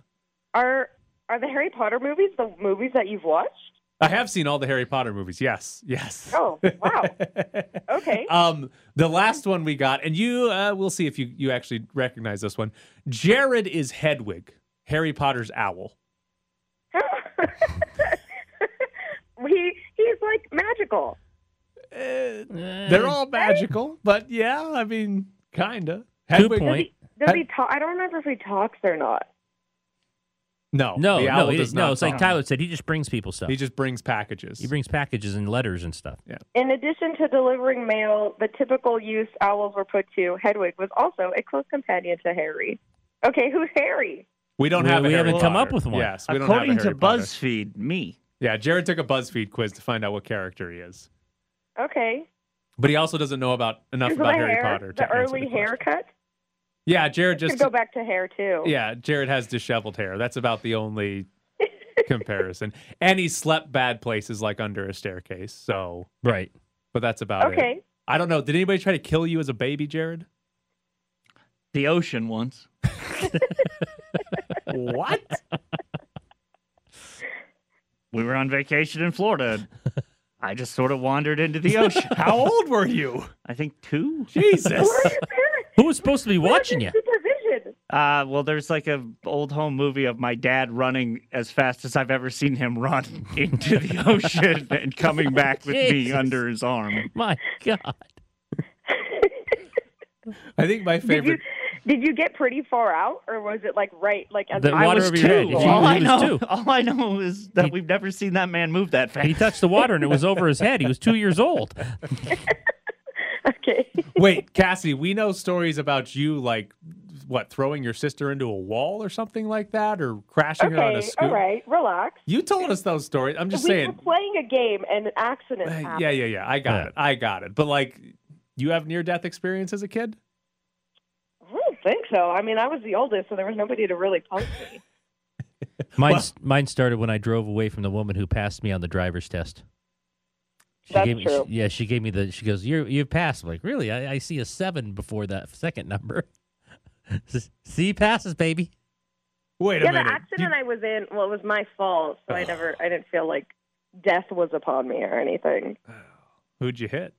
S11: are are the Harry Potter movies the movies that you've watched?
S6: I have seen all the Harry Potter movies. Yes, yes.
S11: Oh, wow. Okay.
S6: Um, the last one we got, and you, uh, we'll see if you you actually recognize this one. Jared is Hedwig, Harry Potter's owl.
S11: he he's like magical.
S6: Uh,
S11: Uh,
S6: They're all magical, but yeah, I mean, kinda.
S5: Two
S6: Hedwig,
S5: point.
S11: Does he talk? I don't remember if he talks or not.
S6: No,
S5: No,
S6: the
S5: no,
S6: owl
S5: he
S6: does
S5: does
S6: not
S5: no. It's like
S6: talk.
S5: Tyler said. He just brings people stuff.
S6: He
S5: He,
S6: just brings packages.
S5: brings packages and letters and stuff.
S11: In addition to delivering mail, the typical use owls were put to, Hedwig was also a close companion to Harry. Okay, who's Harry?
S6: we don't
S5: We-
S6: have. a
S5: we
S6: Harry
S5: haven't come
S6: Potter.
S5: up with one.
S6: Yes, we don't have a
S1: According to
S6: Harry Potter.
S1: BuzzFeed, me.
S6: Yeah, Jared took a BuzzFeed quiz to find out what character he is,
S11: Okay.
S6: but he also doesn't know about enough
S11: Is
S6: about
S11: the
S6: Harry
S11: hair,
S6: Potter. to
S11: the
S6: answer
S11: early
S6: question.
S11: haircut?
S6: Yeah, Jared
S11: Just
S6: just
S11: go back to hair too.
S6: Yeah, Jared has disheveled hair. That's about the only comparison. And he slept bad places like under a staircase. So,
S5: Right.
S6: but that's about it.
S11: Okay.
S6: I don't know. Did anybody try to kill you as a baby, Jared?
S1: The ocean once.
S6: what?
S1: We were on vacation in Florida. and I just sort of wandered into the ocean.
S6: How old were you?
S1: I think two.
S6: Jesus.
S11: Where are your parents?
S5: Who was supposed to be watching you?
S11: Where's your Supervision.
S1: Uh, well, there's like a old home movie of my dad running as fast as I've ever seen him run into the ocean and coming back with me
S5: Jesus.
S1: under his arm.
S5: My God.
S6: I think my
S11: Did you
S6: favorite.
S11: did you get pretty far out, or was it like right, like as
S5: The
S11: I
S1: I
S5: water
S1: was
S5: over
S1: two.
S5: your head. He-
S1: all
S5: he
S1: I
S5: was
S1: know,
S5: two.
S1: all I know is that
S5: He-
S1: we've never seen that man move that fast.
S5: He touched the water and it was over his head. He was two years old.
S11: okay?
S6: Wait, Cassie, we know stories about you like what, throwing your sister into a wall or something like that or crashing her on a
S11: okay,
S6: scoop.
S11: all right, relax.
S6: You told us those stories. I'm just
S11: we
S6: saying.
S11: were playing a game and an accident
S6: Uh,
S11: happened.
S6: yeah, yeah, yeah. I got
S5: Yeah.
S6: it. I got it. But like, you have near death experience as a kid?
S11: I don't think so. I mean, I was the oldest, so there was nobody to really punk me.
S5: Mine, mine started when I drove away from the woman who passed me on the driver's test. She She
S11: That's
S5: gave me,
S11: true.
S5: She, yeah, she gave me the. She goes, "You you passed." I'm like, really? I, I see a seven before that second number. see passes, baby. Wait
S11: yeah, the accident I was in, well, it was my fault, so I never, I didn't feel like death was upon me or anything.
S6: Who'd you hit?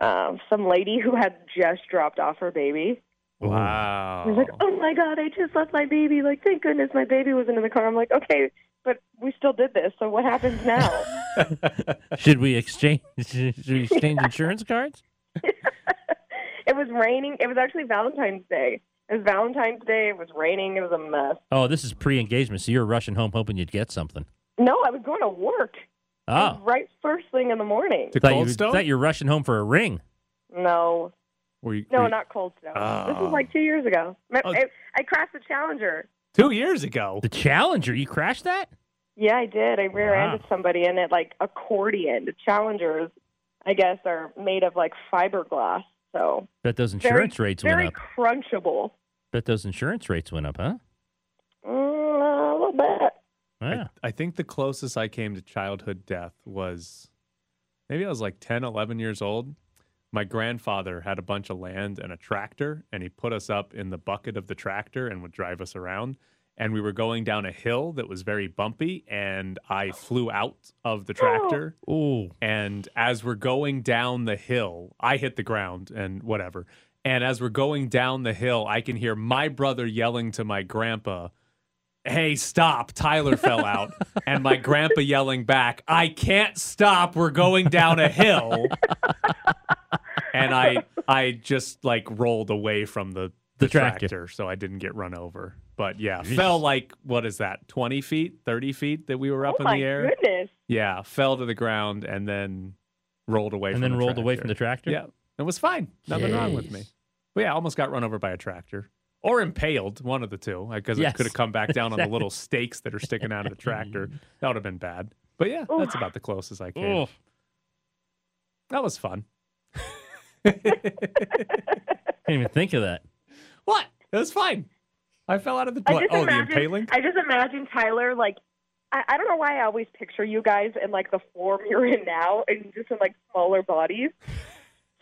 S11: Um, some lady who had just dropped off her baby.
S6: Wow.
S11: I was like, oh my god, I just left my baby. Like, thank goodness my baby wasn't in the car. I'm like, okay, but we still did this. So what happens now?
S5: should we exchange? Should we exchange insurance cards?
S11: it was raining. It was actually Valentine's Day. It was Valentine's Day. It was raining. It was a mess.
S5: Oh, this is pre-engagement, so you're rushing home hoping you'd get something.
S11: No, I was going to work
S5: Oh,
S11: right first thing in the morning.
S5: thought you, thought you're rushing home for a ring.
S11: No,
S6: Were you,
S11: no, not Cold Stone. This
S5: Oh.
S11: was like two years ago. I, I, I crashed the Challenger.
S6: two years ago.
S5: The Challenger, you crashed that?
S11: Yeah, I did. I rear-ended somebody and it like accordion. Challengers, I guess, are made of like fiberglass, so
S5: Bet those insurance
S11: very,
S5: rates
S11: very
S5: went up.
S11: crunchable.
S5: Bet those insurance rates went up, huh?
S11: Mm, a little bit.
S6: I, I think the closest I came to childhood death was maybe I was like 10, 11 years old. My grandfather had a bunch of land and a tractor, and he put us up in the bucket of the tractor and would drive us around. And we were going down a hill that was very bumpy, and I flew out of the tractor.
S5: Ooh.
S6: And as we're going down the hill, I hit the ground and whatever. And as we're going down the hill, I can hear my brother yelling to my grandpa, hey, stop, Tyler fell out. and my grandpa yelling back, I can't stop, we're going down a hill. and I I just like rolled away from the, the, tractor. so I didn't get run over. But yeah, fell like what is that, twenty feet, thirty feet that we were up
S11: oh
S6: in
S11: my
S6: the air?
S11: goodness!
S6: Yeah, fell to the ground and then rolled away
S5: And
S6: from
S5: then
S6: the
S5: rolled
S6: tractor.
S5: away from the tractor?
S6: Yeah. It was fine. Nothing wrong with me. But yeah, I almost got run over by a tractor or impaled, one of the two, because
S5: Yes.
S6: it could have come back down on the little stakes that are sticking out of the tractor. That would have been bad. But yeah, that's about the closest I came.
S5: Oof.
S6: That was fun.
S5: Can't even think of that.
S6: What? It was fine. I fell out of the
S11: I
S6: what?
S11: just
S6: Oh, the
S11: imagine,
S6: impaling?
S11: I just imagine Tyler like. I, I don't know why I always picture you guys in like the form you're in now, and just in like smaller bodies.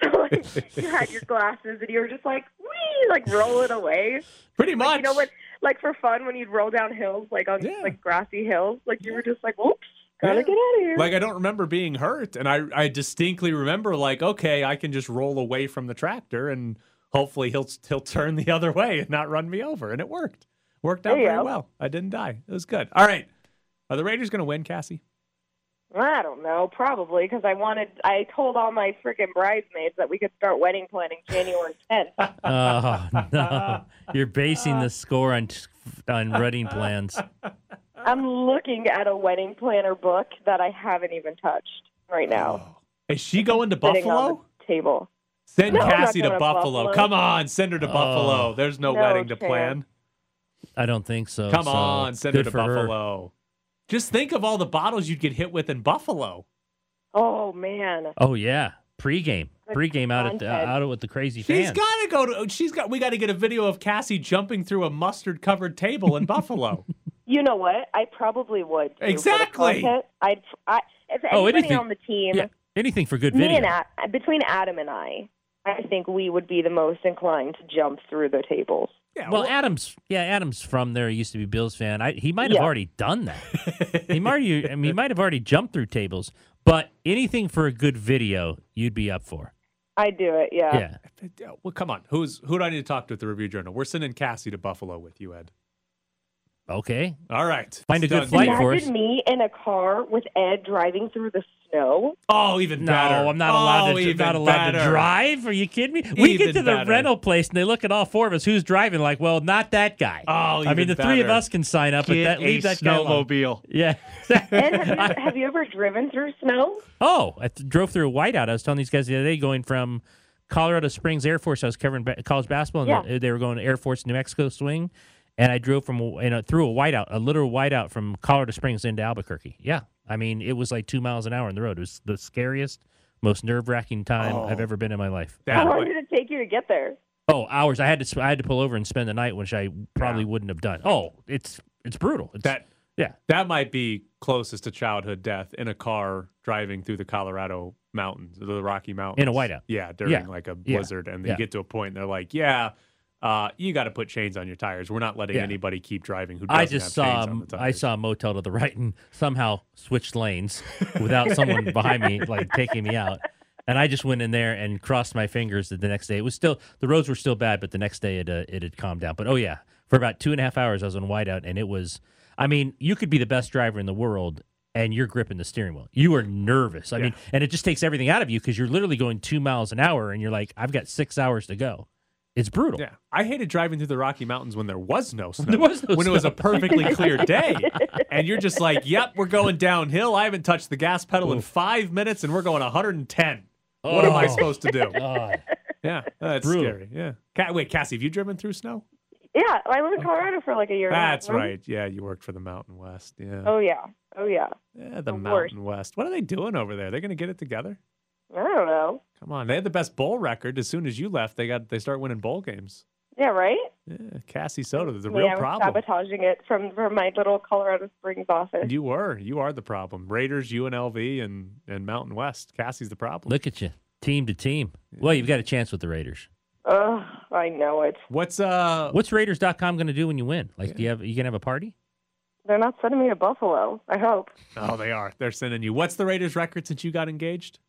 S11: So like you had your glasses, and you were just like, "Wee!" like roll it away.
S6: Pretty
S11: much. you know what? Like for fun, when you'd roll down hills, like on like grassy hills, like you were just like, "Oops, gotta
S6: Yeah.
S11: get out of here."
S6: Like I don't remember being hurt, and I I distinctly remember like okay, I can just roll away from the tractor, and hopefully he'll he'll turn the other way and not run me over, and it worked. Worked out
S11: There you
S6: very
S11: go.
S6: well. I didn't die. It was good. All right, are the Raiders going to win, Cassie?
S11: I don't know, probably because I wanted. I told all my freaking bridesmaids that we could start wedding planning January 10th.
S5: Oh no, you're basing the score on on running plans.
S11: I'm looking at a wedding planner book that I haven't even touched right
S5: Oh.
S11: now.
S6: Is she going to
S11: Sitting on
S6: Buffalo?
S11: the table.
S6: Send
S11: No, I'm not
S6: Cassie to
S11: going to
S6: Buffalo.
S11: Buffalo.
S6: Come on, send her to
S5: Oh.
S6: Buffalo. There's no,
S11: No
S6: wedding to
S11: chance.
S6: plan.
S5: I don't think so.
S6: Come
S5: so
S6: on, send her
S5: good
S6: to
S5: for
S6: Buffalo. Just think of all the bottles you'd get hit with in Buffalo.
S11: Oh man.
S5: Oh yeah, pregame,
S11: Good
S5: pregame out at the,
S11: content.
S5: out with the crazy
S6: She's
S5: fans.
S6: got to go to. She's got. We got to get a video of Cassie jumping through a mustard-covered table in Buffalo.
S11: You know what? I probably would. too, for the
S6: Exactly.
S11: content. I'd. I, if
S5: Oh,
S11: anybody
S5: anything-
S11: on the team,
S5: yeah, anything for good
S11: me
S5: video.
S11: and Ad, between Adam and I, I think we would be the most inclined to jump through the tables.
S5: well, Adams, yeah, Adams from there he used to be Bills fan. I, he might have
S11: Yeah.
S5: already done that. he might, you- I mean, he might have already jumped through tables. But anything for a good video, you'd be up for.
S11: I'd do it. Yeah.
S5: yeah.
S6: well, come on. Who's who? Do I need to talk to at the Review Journal? We're sending Cassie to Buffalo with you, Ed.
S5: Okay.
S6: All right.
S5: Find a
S6: It's
S5: good
S6: done.
S5: flight for us.
S11: Imagine me in a car with Ed driving through the snow.
S6: Oh, even
S5: No,
S6: better.
S5: I'm not allowed
S6: Oh,
S5: to.
S6: even
S5: Not allowed
S6: better.
S5: to drive. Are you kidding me? We
S6: Even
S5: get to the
S6: better.
S5: rental place and they look at all four of us. Who's driving? Like, well, not that guy.
S6: Oh,
S5: I
S6: even
S5: mean, the three of
S6: better.
S5: us can sign up, but
S1: Get
S5: that leave
S1: a
S5: that guy alone.
S1: snowmobile.
S5: Yeah.
S11: Ed, have you, have you ever driven through snow?
S5: oh, I th- drove through a whiteout. I was telling these guys the other day, going from Colorado Springs Air Force. I was covering ba- college basketball, and
S11: Yeah.
S5: they- they were going to Air Force New Mexico swing, and I drove from a- you know through a whiteout, a literal whiteout from Colorado Springs into Albuquerque. Yeah, I mean, it was like two miles an hour on the road. It was the scariest, most nerve wracking time I've ever been in my life. Uh,
S11: How long did it take you to get there?
S5: Oh, hours. I had to. sp- I had to pull over and spend the night, which I probably wouldn't have done. Oh, it's it's brutal. It's,
S6: That Yeah, that might be closest to childhood death in a car driving through the Colorado mountains, the Rocky Mountains.
S5: In a whiteout.
S6: Yeah, during
S5: Yeah.
S6: like a
S5: Yeah.
S6: blizzard. And they
S5: Yeah.
S6: get to a point and they're like, yeah, uh, you got to put chains on your tires. We're not letting
S5: Yeah.
S6: anybody keep driving who doesn't
S5: I just
S6: have
S5: saw
S6: chains on the
S5: m-
S6: tires.
S5: I saw a motel to the right and somehow switched lanes without someone behind me like taking me out. And I just went in there and crossed my fingers that the next day it was still the roads were still bad, but the next day it uh, it had calmed down. But oh yeah, for about two and a half hours I was on whiteout and it was I mean you could be the best driver in the world and you're gripping the steering wheel. You are nervous. I mean, and it just takes everything out of you because you're literally going two miles an hour and you're like I've got six hours to go. It's brutal.
S6: Yeah, I hated driving through the Rocky Mountains when there was no snow.
S5: there was no
S6: when it was a
S5: snow.
S6: perfectly clear day, and you're just like, "Yep, we're going downhill. I haven't touched the gas pedal in five minutes, and we're going 110. What am I
S5: Oh,
S6: supposed to do?"
S5: God.
S6: Yeah, that's
S5: Brutal.
S6: scary. Yeah. Ca- wait, Cassie, have you driven through snow?
S11: Yeah, I lived in Colorado for like a year. and a half.
S6: That's right. Yeah, you worked for the Mountain West. Yeah.
S11: Oh yeah. Oh yeah.
S6: yeah, the
S11: the worst.
S6: Mountain West. What are they doing over there? They're gonna get it together.
S11: I don't know.
S6: Come on, they had the best bowl record. As soon as you left, they got they start winning bowl games.
S11: Yeah, right.
S6: Yeah, Cassie Soda, the
S11: Me,
S6: real
S11: I was
S6: problem.
S11: sabotaging it from from my little Colorado Springs office.
S6: You were. You are the problem. Raiders, UNLV, and and Mountain West. Cassie's the problem.
S5: Look at you, team to team. Well, you've got a chance with the Raiders.
S11: Ugh, I know it.
S6: What's uh?
S5: What's Raiders.com going to do when you win? Like, do you have you gonna have a party?
S11: They're not sending me to Buffalo. I hope.
S6: Oh, they are. They're sending you. What's the Raiders record since you got engaged?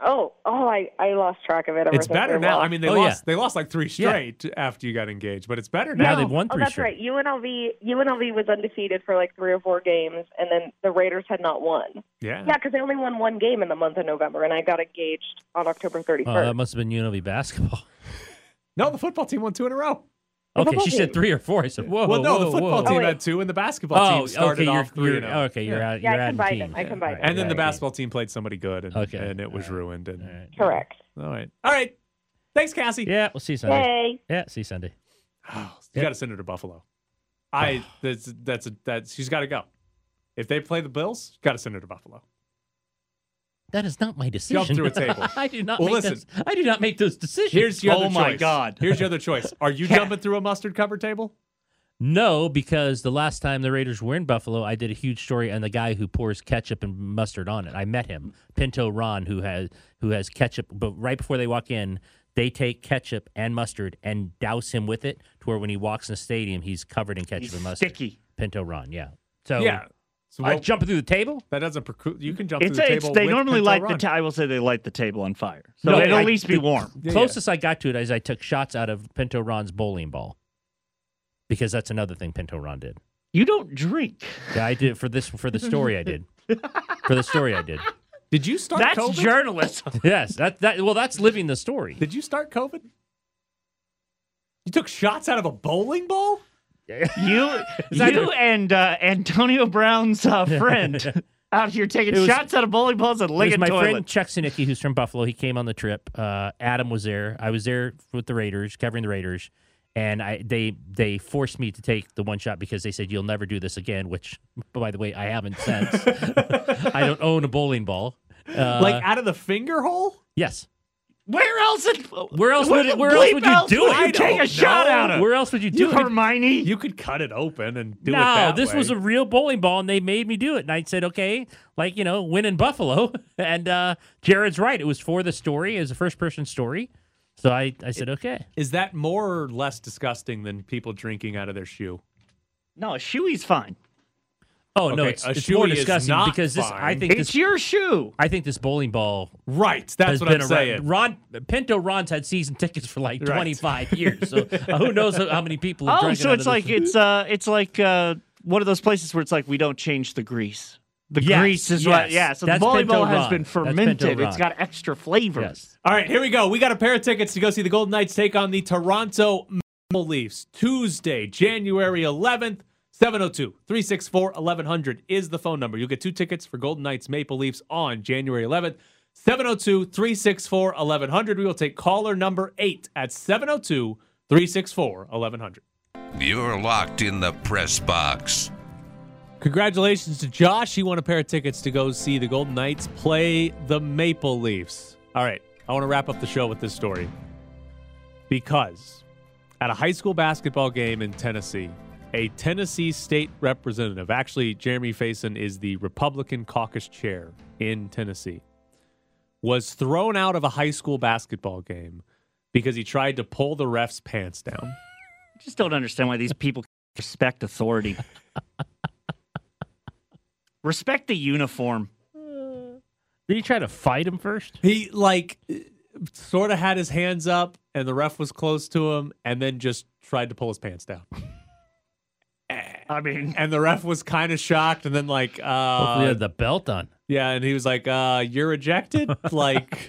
S11: Oh, oh, I, I lost track of it. ever
S6: It's
S11: since
S6: better
S11: I
S6: now.
S11: lost.
S6: I mean, they
S5: Oh, yeah.
S6: lost. They lost like three
S5: Yeah.
S6: straight after you got engaged, but it's better
S5: Now
S6: now.
S5: they've won
S11: Oh,
S5: three
S11: that's
S5: straight.
S11: right. UNLV UNLV was undefeated for like three or four games, and then the Raiders had not won.
S6: Yeah.
S11: Yeah, because they only won one game in the month of November, and I got engaged on October thirty
S6: Uh,
S5: Oh, that
S11: first.
S5: must have been UNLV basketball.
S6: No, the football team won two in a row.
S5: Okay,
S11: football
S5: she said
S11: team.
S5: three or four. I said, whoa.
S6: well, no,
S5: whoa,
S6: the football
S5: whoa.
S6: team
S11: Oh,
S6: had two, and the basketball
S5: Oh,
S6: team started
S5: okay,
S6: off
S5: you're,
S6: three
S5: you're,
S6: and oh.
S5: okay, you're
S6: Yeah.
S5: out.
S11: Yeah,
S5: you're
S11: I
S5: out
S11: combined
S5: teams.
S11: them. I
S5: Yeah,
S11: combined
S5: all
S11: them.
S6: And then the
S5: all all
S6: basketball team played somebody good, and,
S5: Okay.
S6: and it was
S5: All right.
S6: ruined. And
S5: All right.
S11: Correct.
S6: all right, all right. Thanks, Cassie.
S5: Yeah, we'll see you Sunday.
S11: Yay!
S5: Yeah, see you Sunday.
S6: Oh, you
S5: Yeah.
S6: got to send her to Buffalo. I that's that's a, that's she's got to go. If they play the Bills, got to send her to Buffalo.
S5: That is not my decision.
S6: through a table.
S5: I do not.
S6: Well,
S5: make
S6: listen.
S5: Those, I do not make those decisions.
S6: Here's your
S1: Oh
S6: other
S1: my
S6: choice.
S1: God.
S6: Here's your other choice. Are you jumping through a mustard covered table?
S5: No, because the last time the Raiders were in Buffalo, I did a huge story on the guy who pours ketchup and mustard on it. I met him, Pinto Ron, who has who has ketchup. But right before they walk in, they take ketchup and mustard and douse him with it to where when he walks in the stadium, he's covered in ketchup
S1: He's
S5: and mustard.
S1: sticky.
S5: Pinto Ron, yeah. So
S6: yeah. So
S5: I
S6: well,
S5: jump through the table.
S6: that doesn't preclude you can jump
S1: It's,
S6: through the
S1: it's
S6: table.
S1: they
S6: with
S1: normally
S6: Pinto
S1: light
S6: Ron.
S1: the. Ta- I will say they light the table on fire, so
S5: No,
S1: it'll
S5: I-
S1: at least be
S5: the
S1: warm.
S6: Yeah, yeah.
S5: Closest I got to it is I took shots out of Pinto Ron's bowling ball because that's another thing Pinto Ron did.
S1: You don't drink.
S5: Yeah, I did for this for the story I did. For the story I did.
S6: Did you start
S1: That's
S6: COVID?
S1: journalism.
S5: Yes, that that well, that's living the story.
S6: Did you start COVID? You took shots out of a bowling ball?
S1: You,
S5: that
S1: you and uh, Antonio Brown's uh, friend out here taking
S5: It was-
S1: shots out of bowling balls and
S5: It was
S1: licking
S5: my friend
S1: toilets.
S5: Chuck Sinicki, who's from Buffalo. He came on the trip. Uh, Adam was there. I was there with the Raiders, covering the Raiders, and I they they forced me to take the one shot because they said you'll never do this again. Which, by the way, I haven't since. I don't own a bowling ball. Uh,
S6: like out of the finger hole?
S5: yes,
S1: Where else? In,
S5: Where else would it- where
S1: the
S5: else
S1: bleep
S5: would you do it?
S1: would
S5: I
S1: You take
S6: don't
S1: a shot
S6: know.
S1: out of
S5: where else would you do
S1: you,
S5: it?
S1: Hermione.
S6: You could cut it open and do
S5: no,
S6: it that
S5: this was
S6: way.
S5: a real bowling ball, and they made me do it. And I said, okay, like you know, win in Buffalo. And uh, Jared's right; it was for the story, it was a first-person story. So I, I said, okay.
S6: Is that more or less disgusting than people drinking out of their shoe?
S1: no, a shoeie's fine.
S5: Oh no,
S6: Okay,
S5: it's,
S6: a
S5: it's more
S6: shoey is
S5: disgusting
S6: not
S5: because this. I
S6: fine.
S5: think
S1: It's
S5: this.
S1: your shoe.
S5: I think this bowling ball
S6: Right. That's
S5: has
S6: what
S5: been around.
S6: I'm saying.
S5: Ron Pinto Ron's had season tickets for like
S6: Right.
S5: 25 years, so uh, who knows how many people? Have
S1: Oh,
S5: drunk it
S1: so
S5: out
S1: it's
S5: of
S1: like
S5: this-
S1: it's uh, it's like uh, one of those places where it's like we don't change the grease. The
S5: Yes,
S1: grease is
S5: yes.
S1: what. Yeah. So
S5: That's
S1: the volleyball
S5: Pinto
S1: has
S5: Ron.
S1: been
S5: That's Pinto
S1: fermented. It's
S5: Ron.
S1: got extra flavor.
S5: Yes.
S6: All right, here we go. We got a pair of tickets to go see the Golden Knights take on the Toronto Maple Leafs Tuesday, January oh 11th. 702 364 1100 is the phone number. You'll get two tickets for Golden Knights Maple Leafs on January oh 11th. 702 364 1100. We will take caller number eight at 702 364 1100.
S10: You're locked in the press box.
S6: Congratulations to Josh. He won a pair of tickets to go see the Golden Knights play the Maple Leafs. All right. I want to wrap up the show with this story because at a high school basketball game in Tennessee, a Tennessee state representative. Actually, Jeremy Faison is the Republican caucus chair in Tennessee. Was thrown out of a high school basketball game because he tried to pull the ref's pants down.
S1: just don't understand why these people respect authority. respect the uniform.
S5: Did he try to fight him first?
S6: He like sort of had his hands up, and the ref was close to him, and then just tried to pull his pants down.
S1: I mean,
S6: and the ref was kind of shocked, and then like,
S5: Hopefully, he
S6: uh,
S5: had the belt on.
S6: yeah, and he was like, uh, "You're ejected." like,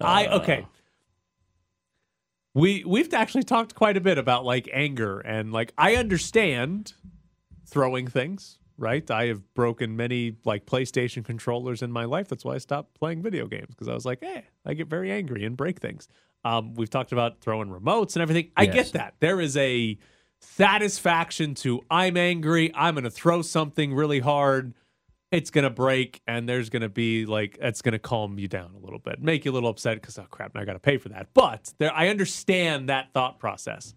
S6: I okay. We we've actually talked quite a bit about like anger and like I understand throwing things, right? I have broken many like PlayStation controllers in my life. That's why I stopped playing video games because I was like, eh, I get very angry and break things. Um, we've talked about throwing remotes and everything. I
S5: Yes.
S6: get that. There is a satisfaction to I'm angry. I'm going to throw something really hard. It's going to break and there's going to be like, that's going to calm you down a little bit, make you a little upset because, oh crap, now I got to pay for that. But there, I understand that thought process.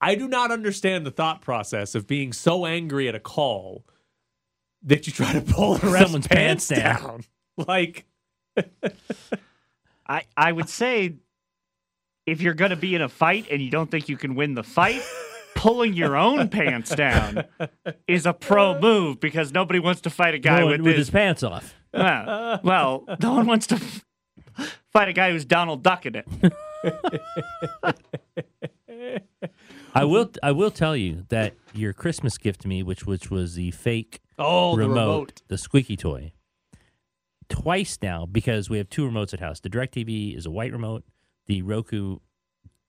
S6: I do not understand the thought process of being so angry at a call that you try to pull the ref's
S5: Someone's
S6: pants,
S5: pants down.
S6: down. Like,
S1: I, I would say if you're going to be in a fight and you don't think you can win the fight, pulling your own pants down is a pro move because nobody wants to fight a guy
S5: Going
S1: with,
S5: with
S1: his,
S5: his pants off.
S1: Well, well, no one wants to fight a guy who's Donald Ducking it.
S5: I will. I will tell you that your Christmas gift to me, which which was the fake
S6: oh,
S5: remote,
S6: the remote.
S5: the squeaky toy, twice now because we have two remotes at house. The Directv is a white remote. The Roku,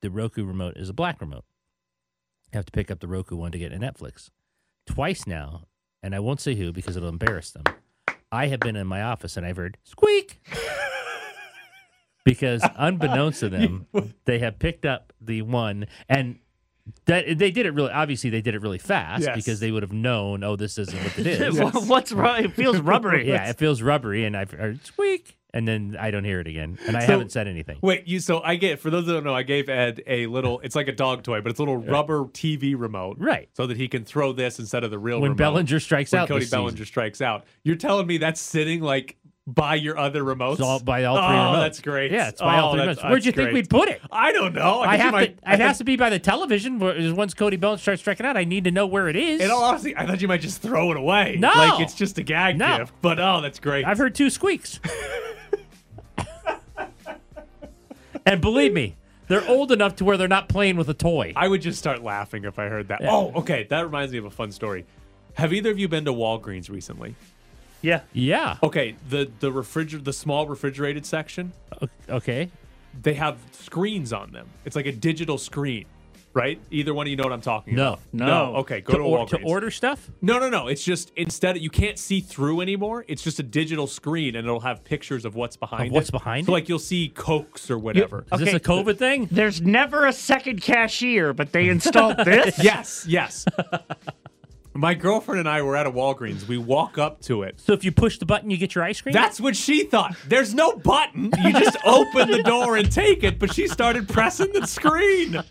S5: the Roku remote is a black remote. I have to pick up the Roku one to get a Netflix. Twice now, and I won't say who because it'll embarrass them. I have been in my office and I've heard squeak because, unbeknownst to them, they have picked up the one and. That, they did it really. Obviously, they did it really fast
S6: Yes.
S5: because they would have known. Oh, this isn't what it is.
S1: What's wrong? It feels rubbery.
S5: Yeah, it feels rubbery, and I've heard squeak, and then I don't hear it again, and I
S6: So-
S5: haven't said anything.
S6: Wait, you so I get for those that don't know, I gave Ed a little it's like a dog toy, but it's a little rubber TV remote.
S5: Right.
S6: So that he can throw this instead of the real
S5: When
S6: remote.
S5: Bellinger strikes
S6: when
S5: out,
S6: Cody
S5: this season.
S6: Bellinger strikes out. You're telling me that's sitting like by your other remotes?
S5: It's all by all
S6: oh,
S5: three remotes.
S6: that's great.
S5: Yeah, it's by
S6: oh,
S5: all three
S6: that's-
S5: remotes. Where'd you
S6: that's
S5: think
S6: great.
S5: we'd put it?
S6: I don't know.
S5: I
S6: think
S5: have
S6: you
S5: to.
S6: might- I
S5: It has
S6: think-
S5: to be by the television. Where, once Cody Bellinger starts striking out, I need to know where it is.
S6: In all honesty, I thought you might just throw it away.
S5: No.
S6: Like it's just a gag
S5: No.
S6: gift. But oh, that's great.
S5: I've heard two squeaks, and believe me, they're old enough to where they're not playing with a toy.
S6: I would just start laughing if I heard that.
S5: Yeah.
S6: Oh, okay. That reminds me of a fun story. Have either of you been to Walgreens recently?
S1: yeah.
S5: yeah.
S6: Okay, the the refriger the small refrigerated section,
S5: O- Okay.
S6: they have screens on them. It's like a digital screen, right? Either one of you know what I'm talking
S5: No.
S6: about.
S1: No.
S6: Okay, go to,
S5: or- to
S6: Walgreens.
S5: order stuff.
S6: No, no, no. It's just instead you can't see through anymore. It's just a digital screen and it'll have pictures of what's behind
S5: what's
S6: it.
S5: behind it?
S6: So like you'll see Cokes or whatever.
S5: Is this
S1: Okay.
S5: a COVID thing?
S1: There's never a second cashier, but they installed this.
S6: yes, yes. My girlfriend and I were at a Walgreens. We walk up to it.
S5: So if you push the button, you get your ice cream.
S6: That's what she thought. There's no button. You just open the door and take it, but she started pressing the screen.